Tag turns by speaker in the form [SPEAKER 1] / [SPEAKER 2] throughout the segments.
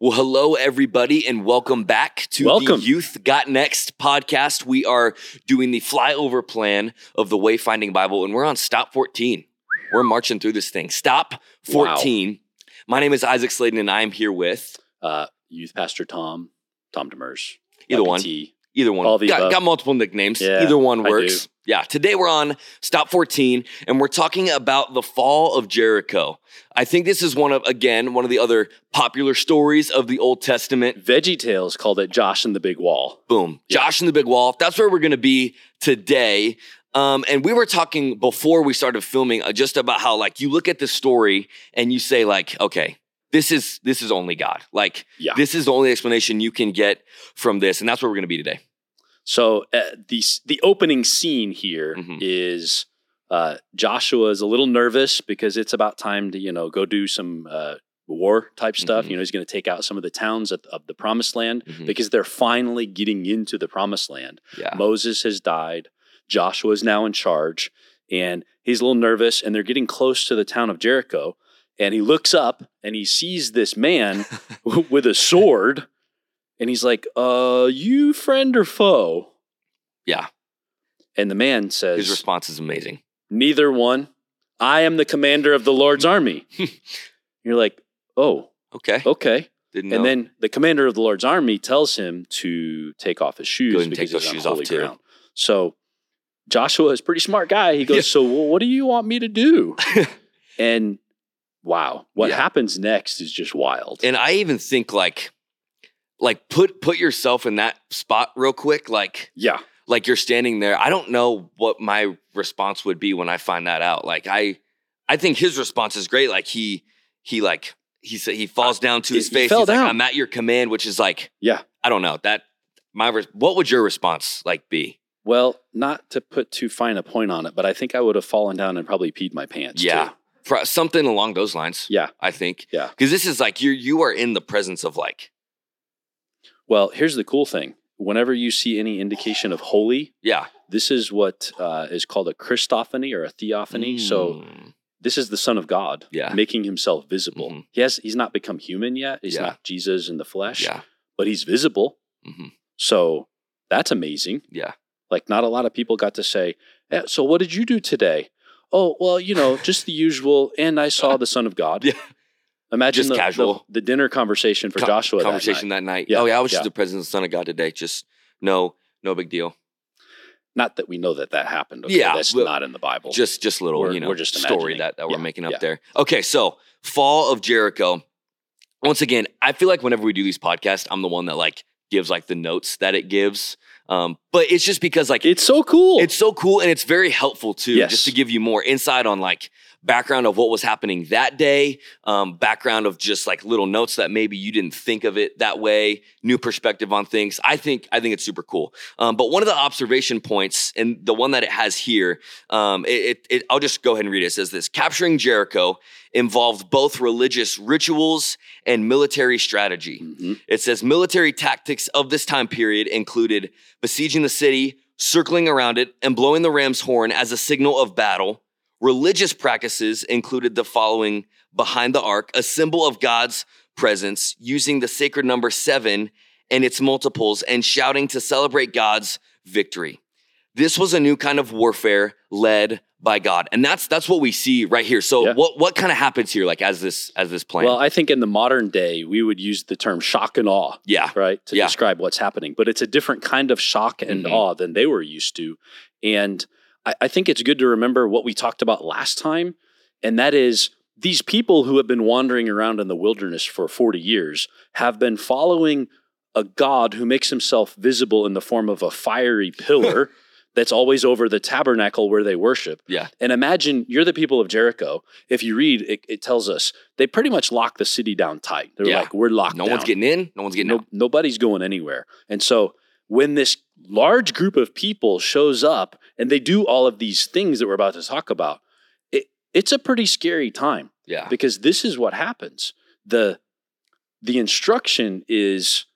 [SPEAKER 1] Well, hello, everybody, and welcome back to
[SPEAKER 2] Welcome.
[SPEAKER 1] the Youth Got Next podcast. We are doing the flyover plan of the Wayfinding Bible, and we're on stop 14. We're marching through this thing. Stop 14. My name is Isaac Sladen, and I'm here with
[SPEAKER 2] Uh, youth pastor Tom, Tom Demers.
[SPEAKER 1] either one.
[SPEAKER 2] YPT.
[SPEAKER 1] Either one.
[SPEAKER 2] All the
[SPEAKER 1] got,
[SPEAKER 2] above.
[SPEAKER 1] got multiple nicknames.
[SPEAKER 2] Yeah,
[SPEAKER 1] Either one
[SPEAKER 2] I
[SPEAKER 1] works. Yeah. Today we're on Stop 14 and we're talking about the fall of Jericho. I think this is one of, again, one of the other popular stories of the Old Testament.
[SPEAKER 2] Veggie Tales called it Josh and the Big Wall.
[SPEAKER 1] Boom.
[SPEAKER 2] Yeah.
[SPEAKER 1] Josh and the Big Wall. That's where we're going to be today. Um, and we were talking before we started filming uh, just about how, like, you look at this story and you say, like, okay, this is this is only God. Like,
[SPEAKER 2] Yeah.
[SPEAKER 1] this is the only explanation you can get from this, and that's where we're going to be today.
[SPEAKER 2] So uh, the the opening scene here
[SPEAKER 1] Mhm.
[SPEAKER 2] is uh, Joshua is a little nervous because it's about time to you know go do some uh, war type stuff.
[SPEAKER 1] Mhm.
[SPEAKER 2] You know he's going to take out some of the towns of, of the Promised Land
[SPEAKER 1] Mhm.
[SPEAKER 2] because they're finally getting into the Promised Land.
[SPEAKER 1] Yeah.
[SPEAKER 2] Moses has died. Joshua is now in charge, and he's a little nervous. And they're getting close to the town of Jericho, and he looks up and he sees this man with a sword, and he's like, "Uh, you friend or foe?"
[SPEAKER 1] Yeah.
[SPEAKER 2] And the man
[SPEAKER 1] His
[SPEAKER 2] says,
[SPEAKER 1] response is amazing.
[SPEAKER 2] "Neither one. I am the commander of the Lord's army." You're like, "Oh,
[SPEAKER 1] Okay.
[SPEAKER 2] okay."
[SPEAKER 1] Didn't
[SPEAKER 2] And
[SPEAKER 1] know.
[SPEAKER 2] then the commander of the Lord's army tells him to take off his shoes
[SPEAKER 1] Go ahead and
[SPEAKER 2] because
[SPEAKER 1] take those
[SPEAKER 2] he's on
[SPEAKER 1] shoes off
[SPEAKER 2] holy
[SPEAKER 1] too.
[SPEAKER 2] ground. So Joshua is a pretty smart guy. He goes,
[SPEAKER 1] Yeah.
[SPEAKER 2] "So well, what do you want me to do?" and wow, what
[SPEAKER 1] Yeah.
[SPEAKER 2] happens next is just wild.
[SPEAKER 1] and I even think like like put put yourself in that spot real quick. Like
[SPEAKER 2] yeah,
[SPEAKER 1] like you're standing there. I don't know what my response would be when I find that out. Like I I think his response is great. Like he he like he said he falls down to
[SPEAKER 2] He-
[SPEAKER 1] his
[SPEAKER 2] he
[SPEAKER 1] face.
[SPEAKER 2] fell
[SPEAKER 1] He's
[SPEAKER 2] down.
[SPEAKER 1] like, I'm at your command, which is like,
[SPEAKER 2] yeah.
[SPEAKER 1] I don't know. That my res- what would your response like be?
[SPEAKER 2] Well, not to put too fine a point on it, but I think I would have fallen down and probably peed my pants.
[SPEAKER 1] Yeah.
[SPEAKER 2] too.
[SPEAKER 1] Pro- something along those lines,
[SPEAKER 2] yeah.
[SPEAKER 1] I think.
[SPEAKER 2] Yeah.
[SPEAKER 1] Because this is like you you are in the presence of like,
[SPEAKER 2] Well, here's the cool thing: whenever you see any indication of holy.
[SPEAKER 1] yeah.
[SPEAKER 2] This is what uh, is called a Christophany or a theophany. So
[SPEAKER 1] Mm.
[SPEAKER 2] this is the son of god
[SPEAKER 1] Yeah.
[SPEAKER 2] making himself visible
[SPEAKER 1] Mhm.
[SPEAKER 2] he has he's not become human yet he's
[SPEAKER 1] Yeah.
[SPEAKER 2] not jesus in the flesh
[SPEAKER 1] Yeah.
[SPEAKER 2] but he's visible
[SPEAKER 1] hmm
[SPEAKER 2] so that's amazing
[SPEAKER 1] Yeah.
[SPEAKER 2] like not a lot of people got to say "Eh, so what did you do today oh well you know just the usual and i saw the son of god
[SPEAKER 1] Yeah.
[SPEAKER 2] imagine
[SPEAKER 1] Just
[SPEAKER 2] the,
[SPEAKER 1] casual.
[SPEAKER 2] the, the dinner conversation for
[SPEAKER 1] Con-
[SPEAKER 2] joshua that
[SPEAKER 1] Conversation
[SPEAKER 2] night.
[SPEAKER 1] that night.
[SPEAKER 2] Yeah,
[SPEAKER 1] Oh, yeah. I was
[SPEAKER 2] yeah.
[SPEAKER 1] just the president of the Son of God today. Just no, no big deal.
[SPEAKER 2] not that we know that that happened okay?
[SPEAKER 1] Yeah,
[SPEAKER 2] that's
[SPEAKER 1] well,
[SPEAKER 2] not in the bible
[SPEAKER 1] Just, just little,
[SPEAKER 2] We're-
[SPEAKER 1] you know,
[SPEAKER 2] we're just
[SPEAKER 1] story
[SPEAKER 2] imagining.
[SPEAKER 1] that, that we're
[SPEAKER 2] Yeah,
[SPEAKER 1] making up
[SPEAKER 2] yeah.
[SPEAKER 1] there. Okay. So, Fall of Jericho. Once again, I feel like whenever we do these podcasts, I'm the one that like gives like the notes that it gives. Um, but it's just because like
[SPEAKER 2] it's so cool
[SPEAKER 1] It's so cool and it's very helpful too,
[SPEAKER 2] Yes.
[SPEAKER 1] just to give you more insight on like background of what was happening that day, um, background of just like little notes that maybe you didn't think of it that way, new perspective on things. I think I think it's super cool. Um, but one of the observation points and the one that it has here, um, it, it, it I'll just go ahead and read it. It says this: capturing Jericho involved both religious rituals and military strategy.
[SPEAKER 2] Mhm.
[SPEAKER 1] It says military tactics of this time period included besieging the city, circling around it, and blowing the ram's horn as a signal of battle. Religious practices included the following behind the ark, a symbol of God's presence, using the sacred number seven and its multiples, and shouting to celebrate God's victory. This was a new kind of warfare led by God, and that's that's what we see right here. So,
[SPEAKER 2] Yeah.
[SPEAKER 1] what what kind of happens here, like as this as this plan?
[SPEAKER 2] well i think in the modern day we would use the term shock and awe
[SPEAKER 1] yeah,
[SPEAKER 2] right to
[SPEAKER 1] Yeah.
[SPEAKER 2] describe what's happening but it's a different kind of shock and
[SPEAKER 1] Mhm.
[SPEAKER 2] awe than they were used to and I, I think it's good to remember what we talked about last time and that is these people who have been wandering around in the wilderness for 40 years have been following a god who makes himself visible in the form of a fiery pillar that's always over the tabernacle where they worship
[SPEAKER 1] Yeah.
[SPEAKER 2] and imagine you're the people of jericho if you read it, it tells us they pretty much locked the city down tight they're
[SPEAKER 1] Yeah.
[SPEAKER 2] like we're locked
[SPEAKER 1] no
[SPEAKER 2] down
[SPEAKER 1] one's getting in, no one's getting out.
[SPEAKER 2] no, nobody's going anywhere. And so when this large group of people shows up and they do all of these things that we're about to talk about, it, it's a pretty scary time
[SPEAKER 1] Yeah.
[SPEAKER 2] because this is what happens. The the instruction is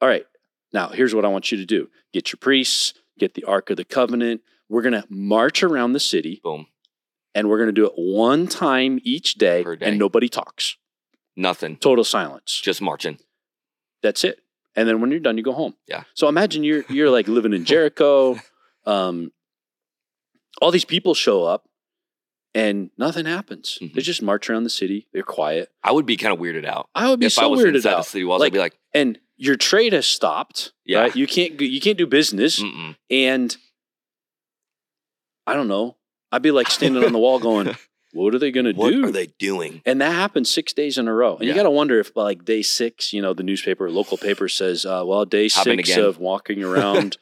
[SPEAKER 2] all right, now here's what I want you to do. Get your priests, get the Ark of the Covenant. We're gonna march around the city
[SPEAKER 1] Boom.
[SPEAKER 2] and we're gonna do it one time each day,
[SPEAKER 1] Per day.
[SPEAKER 2] and nobody talks.
[SPEAKER 1] Nothing.
[SPEAKER 2] Total silence.
[SPEAKER 1] Just marching.
[SPEAKER 2] That's it. And then when you're done, you go home.
[SPEAKER 1] Yeah.
[SPEAKER 2] So imagine you're you're like living in Jericho. Um, all these people show up, and nothing happens.
[SPEAKER 1] Mhm.
[SPEAKER 2] They just march around the city. They're quiet.
[SPEAKER 1] I would be kind of weirded out.
[SPEAKER 2] I would be
[SPEAKER 1] if
[SPEAKER 2] so
[SPEAKER 1] I was
[SPEAKER 2] weirded
[SPEAKER 1] inside the
[SPEAKER 2] out.
[SPEAKER 1] city walls, I'd
[SPEAKER 2] Like-
[SPEAKER 1] be like,
[SPEAKER 2] and your trade has stopped.
[SPEAKER 1] Yeah. Mm.
[SPEAKER 2] right? You can't go- you can't do business.
[SPEAKER 1] Mm-mm.
[SPEAKER 2] And I don't know. I'd be like standing on the wall going, "What are they gonna
[SPEAKER 1] what
[SPEAKER 2] do?"
[SPEAKER 1] are they doing?
[SPEAKER 2] And that happened six days in a row. And you
[SPEAKER 1] Yeah.
[SPEAKER 2] got to wonder if, by like day six, you know, the newspaper, local paper says, uh, well, day
[SPEAKER 1] Happened
[SPEAKER 2] six
[SPEAKER 1] again.
[SPEAKER 2] of walking around,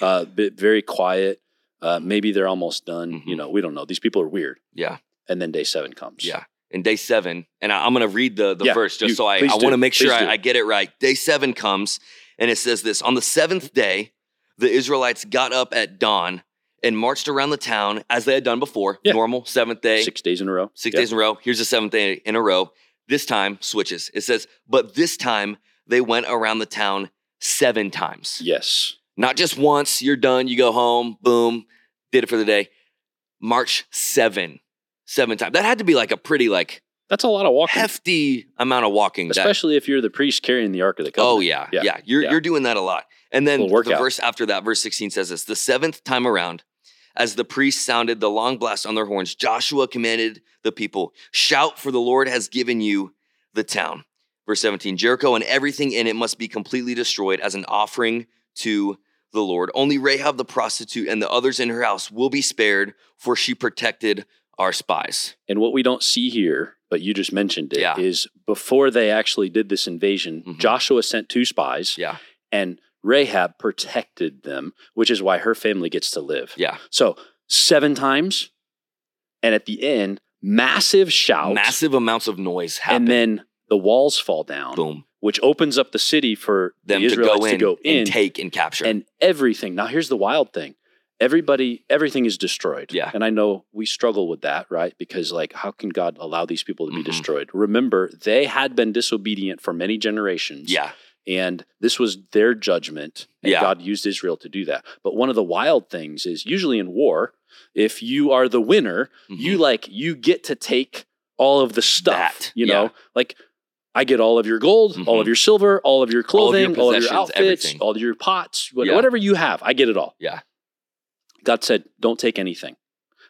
[SPEAKER 2] uh, bit very quiet. Uh, maybe they're almost done. You
[SPEAKER 1] Mhm.
[SPEAKER 2] know, we don't know. These people are weird.
[SPEAKER 1] Yeah,
[SPEAKER 2] And then day seven comes.
[SPEAKER 1] yeah. And day seven, and I, I'm going to read the, the
[SPEAKER 2] Yeah,
[SPEAKER 1] verse just
[SPEAKER 2] you-
[SPEAKER 1] so I,
[SPEAKER 2] please
[SPEAKER 1] I want
[SPEAKER 2] do,
[SPEAKER 1] to make sure
[SPEAKER 2] please do.
[SPEAKER 1] I, I get it right. Day seven comes, and it says this On the seventh day, the Israelites got up at dawn and marched around the town as they had done before.
[SPEAKER 2] Yeah.
[SPEAKER 1] Normal seventh day.
[SPEAKER 2] Six days in a row.
[SPEAKER 1] six
[SPEAKER 2] Yeah.
[SPEAKER 1] days in a row. Here's the seventh day in a row. This time switches. It says, but this time they went around the town seven times.
[SPEAKER 2] Yes.
[SPEAKER 1] Not just once, you're done, you go home, boom, did it for the day. March seven, seven times. That had to be like a pretty like
[SPEAKER 2] That's a lot of walking,
[SPEAKER 1] hefty amount of walking. that-
[SPEAKER 2] especially if you're the priest carrying the Ark of the Covenant.
[SPEAKER 1] oh yeah,
[SPEAKER 2] Yeah,
[SPEAKER 1] yeah. You're
[SPEAKER 2] yeah.
[SPEAKER 1] you're doing that a lot. And then
[SPEAKER 2] Little workout.
[SPEAKER 1] the verse after that, verse 16 says this: the seventh time around, as the priests sounded the long blast on their horns, Joshua commanded the people, shout, for the Lord has given you the town. Verse 17, Jericho and everything in it must be completely destroyed as an offering to the Lord. Only Rahab the prostitute and the others in her house will be spared, for she protected our spies.
[SPEAKER 2] And what we don't see here, but you just mentioned it, is
[SPEAKER 1] Yeah.
[SPEAKER 2] before they actually did this invasion,
[SPEAKER 1] Mhm.
[SPEAKER 2] Joshua sent two spies.
[SPEAKER 1] Yeah.
[SPEAKER 2] And Rahab protected them, which is why her family gets to live.
[SPEAKER 1] Yeah.
[SPEAKER 2] So seven times. And at the end, massive shout.
[SPEAKER 1] Massive amounts of noise
[SPEAKER 2] And
[SPEAKER 1] happened.
[SPEAKER 2] then the walls fall down,
[SPEAKER 1] Boom.
[SPEAKER 2] which opens up the city for
[SPEAKER 1] Them
[SPEAKER 2] the
[SPEAKER 1] to go,
[SPEAKER 2] Israelites
[SPEAKER 1] in,
[SPEAKER 2] to go in.
[SPEAKER 1] and take and capture.
[SPEAKER 2] And everything. Now, here's the wild thing. Everybody, everything is destroyed.
[SPEAKER 1] Yeah.
[SPEAKER 2] And I know we struggle with that, right? Because, like, how can God allow these people to be
[SPEAKER 1] Mhm.
[SPEAKER 2] destroyed? Remember, they had been disobedient for many generations.
[SPEAKER 1] yeah.
[SPEAKER 2] And this was their judgment. And
[SPEAKER 1] Yeah.
[SPEAKER 2] God used Israel to do that. But one of the wild things is usually in war, if you are the winner,
[SPEAKER 1] Mm-hmm.
[SPEAKER 2] you like, you get to take all of the stuff,
[SPEAKER 1] That,
[SPEAKER 2] you
[SPEAKER 1] yeah. Mm-hmm.
[SPEAKER 2] know, like, I get all of your gold, all of your silver, all of your
[SPEAKER 1] All of your
[SPEAKER 2] clothing, all of your,
[SPEAKER 1] possessions,
[SPEAKER 2] outfits,
[SPEAKER 1] everything.
[SPEAKER 2] all your pots, what-
[SPEAKER 1] Yeah.
[SPEAKER 2] whatever you have. I get it all.
[SPEAKER 1] Yeah.
[SPEAKER 2] God said, don't take anything.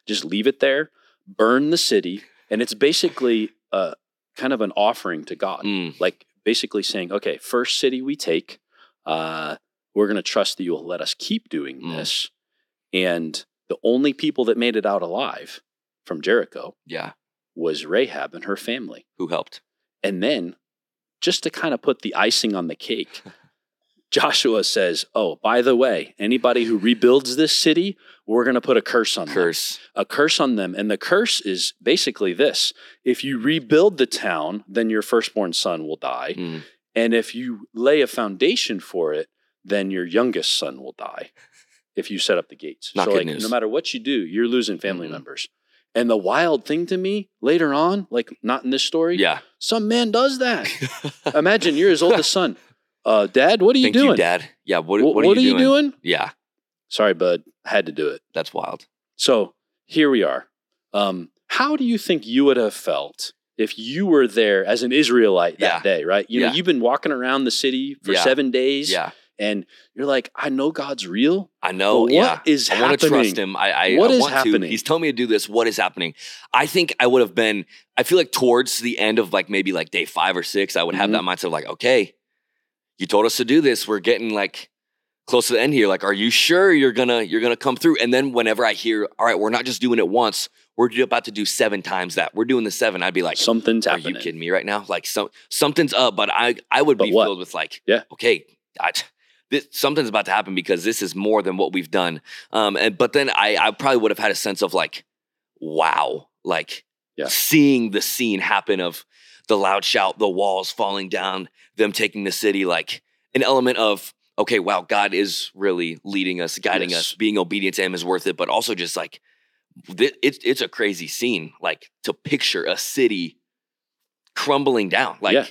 [SPEAKER 2] Just leave it there, burn the city. And it's basically uh, kind of an offering to God
[SPEAKER 1] Mm,
[SPEAKER 2] like basically saying, okay, first city we take, uh, we're going to trust that you'll let us keep doing
[SPEAKER 1] Mm.
[SPEAKER 2] this. And the only people that made it out alive from Jericho
[SPEAKER 1] yeah.
[SPEAKER 2] was Rahab and her family.
[SPEAKER 1] Who helped?
[SPEAKER 2] And then, just to kind of put the icing on the cake, Joshua says, oh, by the way, anybody who rebuilds this city, we're going to put a curse on them
[SPEAKER 1] Curse.
[SPEAKER 2] a curse on them. And the curse is basically this if you rebuild the town, then your firstborn son will die.
[SPEAKER 1] Mm.
[SPEAKER 2] And if you lay a foundation for it, then your youngest son will die if you set up the gates.
[SPEAKER 1] Not
[SPEAKER 2] so,
[SPEAKER 1] good
[SPEAKER 2] like,
[SPEAKER 1] news.
[SPEAKER 2] no matter what you do, you're losing family
[SPEAKER 1] Mhm.
[SPEAKER 2] members. And the wild thing to me later on, like not in this story,
[SPEAKER 1] Yeah.
[SPEAKER 2] some man does that. Imagine you're his oldest son. Uh, Dad, what are you
[SPEAKER 1] Thank
[SPEAKER 2] doing?
[SPEAKER 1] you, Dad. Yeah. What,
[SPEAKER 2] Wh-
[SPEAKER 1] what, are, you doing?
[SPEAKER 2] doing?
[SPEAKER 1] Yeah.
[SPEAKER 2] Sorry, bud. Had to do it.
[SPEAKER 1] That's wild.
[SPEAKER 2] So here we are. Um, how do you think you would have felt if you were there as an Israelite that
[SPEAKER 1] Yeah.
[SPEAKER 2] day, right? You know,
[SPEAKER 1] Yeah.
[SPEAKER 2] you've been walking around the city for
[SPEAKER 1] Yeah.
[SPEAKER 2] seven days
[SPEAKER 1] Yeah.
[SPEAKER 2] and you're like, I know God's real.
[SPEAKER 1] I
[SPEAKER 2] but
[SPEAKER 1] know.
[SPEAKER 2] what is
[SPEAKER 1] Oh, yeah. I
[SPEAKER 2] happening?
[SPEAKER 1] want to trust him. I, I,
[SPEAKER 2] What
[SPEAKER 1] I
[SPEAKER 2] is
[SPEAKER 1] want to.
[SPEAKER 2] happening?
[SPEAKER 1] He's telling me to do this. What is happening? I think I would have been, I feel like towards the end of like maybe like day five or six, I would have
[SPEAKER 2] Mhm.
[SPEAKER 1] that mindset of like, okay, you told us to do this. We're getting like close to the end here. Like, are you sure you're gonna you're gonna come through? And then whenever I hear, all right, we're not just doing it once, we're about to do seven times that. We're doing the seven, I'd be like,
[SPEAKER 2] Something's
[SPEAKER 1] Are
[SPEAKER 2] happening.
[SPEAKER 1] you kidding me right now? Like some something's up, but I I would
[SPEAKER 2] But
[SPEAKER 1] be
[SPEAKER 2] what?
[SPEAKER 1] filled with like,
[SPEAKER 2] Yeah.
[SPEAKER 1] okay, I, this, something's about to happen because this is more than what we've done. Um, and but then I I probably would have had a sense of like, wow, like
[SPEAKER 2] Yeah.
[SPEAKER 1] seeing the scene happen of the loud shout, the walls falling down, them taking the city, like an element of okay, wow, God is really leading us, guiding
[SPEAKER 2] Yes.
[SPEAKER 1] us, being obedient to Him is worth it, but also just like thi- it's it's a crazy scene, like to picture a city crumbling down, like
[SPEAKER 2] Yeah.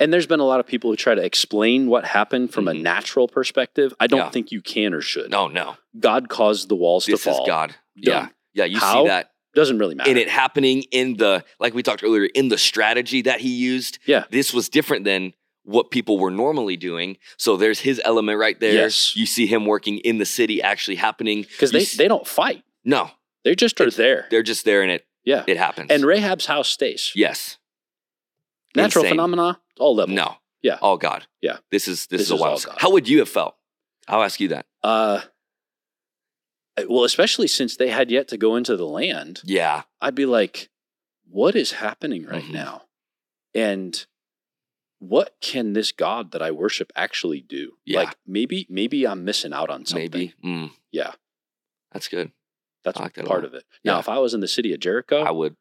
[SPEAKER 2] And there's been a lot of people who try to explain what happened from a
[SPEAKER 1] Mhm.
[SPEAKER 2] natural perspective. I don't
[SPEAKER 1] Yeah.
[SPEAKER 2] think you can or should.
[SPEAKER 1] no, oh, no,
[SPEAKER 2] God caused the walls
[SPEAKER 1] this
[SPEAKER 2] to fall.
[SPEAKER 1] is God, yeah,
[SPEAKER 2] Done.
[SPEAKER 1] yeah, you
[SPEAKER 2] How?
[SPEAKER 1] see that
[SPEAKER 2] Doesn't really matter.
[SPEAKER 1] in it happening in the like we talked earlier in the strategy that He used,
[SPEAKER 2] Yeah.
[SPEAKER 1] this was different than what people were normally doing. So there's his element right there.
[SPEAKER 2] Yes.
[SPEAKER 1] You see him working in the city actually happening.
[SPEAKER 2] because
[SPEAKER 1] You
[SPEAKER 2] they,
[SPEAKER 1] see-
[SPEAKER 2] they don't fight.
[SPEAKER 1] No,
[SPEAKER 2] They just are there.
[SPEAKER 1] they're just there and it
[SPEAKER 2] Yeah.
[SPEAKER 1] it happens.
[SPEAKER 2] And Rahab's house stays.
[SPEAKER 1] yes.
[SPEAKER 2] Natural
[SPEAKER 1] Insane.
[SPEAKER 2] phenomena, all level.
[SPEAKER 1] No.
[SPEAKER 2] Yeah.
[SPEAKER 1] Oh God.
[SPEAKER 2] Yeah.
[SPEAKER 1] This is this,
[SPEAKER 2] This
[SPEAKER 1] is a
[SPEAKER 2] is all
[SPEAKER 1] wild.
[SPEAKER 2] God.
[SPEAKER 1] How would you have felt? I'll ask you that.
[SPEAKER 2] Uh, well, especially since they had yet to go into the land,
[SPEAKER 1] Yeah.
[SPEAKER 2] I'd be like, what is happening right
[SPEAKER 1] Mhm.
[SPEAKER 2] now? And what can this God that I worship actually do?
[SPEAKER 1] Yeah.
[SPEAKER 2] Like maybe, maybe I'm missing out on something.
[SPEAKER 1] Maybe. Mm,
[SPEAKER 2] Yeah.
[SPEAKER 1] that's good.
[SPEAKER 2] That's
[SPEAKER 1] I like that a
[SPEAKER 2] part
[SPEAKER 1] lot.
[SPEAKER 2] of it. Now,
[SPEAKER 1] Yeah.
[SPEAKER 2] if I was in the city of Jericho,
[SPEAKER 1] I would.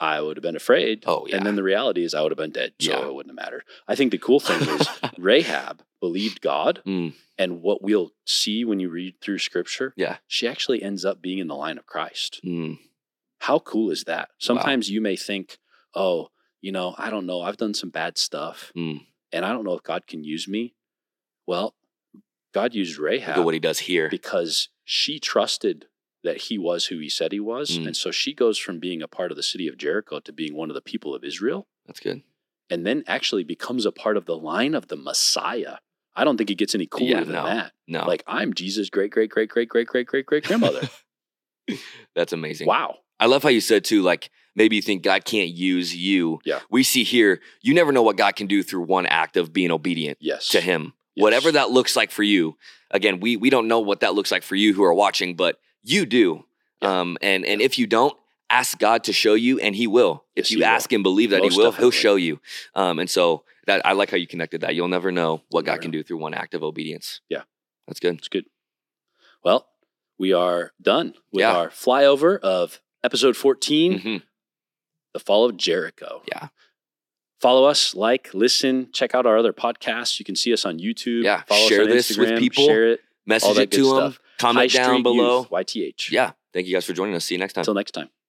[SPEAKER 2] I would have been afraid.
[SPEAKER 1] Oh yeah.
[SPEAKER 2] And then the reality is I would have been dead. So
[SPEAKER 1] Yeah.
[SPEAKER 2] it wouldn't have mattered. I think the cool thing is Rahab believed God.
[SPEAKER 1] Mm.
[SPEAKER 2] And what we'll see when you read through scripture,
[SPEAKER 1] Yeah.
[SPEAKER 2] she actually ends up being in the line of Christ.
[SPEAKER 1] Mm,
[SPEAKER 2] How cool is that? Sometimes you may think, oh, you know, I don't know. I've done some bad stuff
[SPEAKER 1] Mm.
[SPEAKER 2] and I don't know if God can use me. Well, God used Rahab
[SPEAKER 1] look at what he does here.
[SPEAKER 2] because she trusted that he was who he said he was.
[SPEAKER 1] Mm.
[SPEAKER 2] And so she goes from being a part of the city of Jericho to being one of the people of Israel
[SPEAKER 1] That's good.
[SPEAKER 2] and then actually becomes a part of the line of the Messiah. I don't think it gets any cooler
[SPEAKER 1] Yeah,
[SPEAKER 2] than
[SPEAKER 1] no,
[SPEAKER 2] that.
[SPEAKER 1] No,
[SPEAKER 2] Like, I'm Jesus' great, great, great, great, great, great, great, great grandmother.
[SPEAKER 1] that's amazing.
[SPEAKER 2] wow.
[SPEAKER 1] I love how you said too, like maybe you think God can't use you.
[SPEAKER 2] Yeah.
[SPEAKER 1] We see here, you never know what God can do through one act of being obedient
[SPEAKER 2] Yes.
[SPEAKER 1] to him.
[SPEAKER 2] Yes.
[SPEAKER 1] Whatever that looks like for you. Again, we we don't know what that looks like for you who are watching, but you do.
[SPEAKER 2] Yeah.
[SPEAKER 1] Um and and if you don't, ask God to show you and he will.
[SPEAKER 2] Yes,
[SPEAKER 1] If you
[SPEAKER 2] he will.
[SPEAKER 1] ask and believe that
[SPEAKER 2] Most
[SPEAKER 1] he will, he'll
[SPEAKER 2] definitely.
[SPEAKER 1] show you. Um and so that I like how you connected that. You'll never know what God
[SPEAKER 2] Never
[SPEAKER 1] can do through one act of obedience.
[SPEAKER 2] Yeah.
[SPEAKER 1] That's good.
[SPEAKER 2] It's good. Well, we are done with
[SPEAKER 1] Yeah.
[SPEAKER 2] our flyover of episode 14,
[SPEAKER 1] Mhm.
[SPEAKER 2] The Fall of Jericho.
[SPEAKER 1] Yeah.
[SPEAKER 2] Follow us, like, listen, check out our other podcasts. You can see us on YouTube.
[SPEAKER 1] Yeah,
[SPEAKER 2] Follow
[SPEAKER 1] share
[SPEAKER 2] us on
[SPEAKER 1] this with
[SPEAKER 2] Instagram,
[SPEAKER 1] people.
[SPEAKER 2] Share it.
[SPEAKER 1] Message
[SPEAKER 2] that
[SPEAKER 1] it
[SPEAKER 2] good
[SPEAKER 1] to him.
[SPEAKER 2] stuff.
[SPEAKER 1] Comment
[SPEAKER 2] High
[SPEAKER 1] down
[SPEAKER 2] Street
[SPEAKER 1] below.
[SPEAKER 2] Youth, YTH.
[SPEAKER 1] Yeah. Thank you guys for joining us. See you next time.
[SPEAKER 2] Until next time.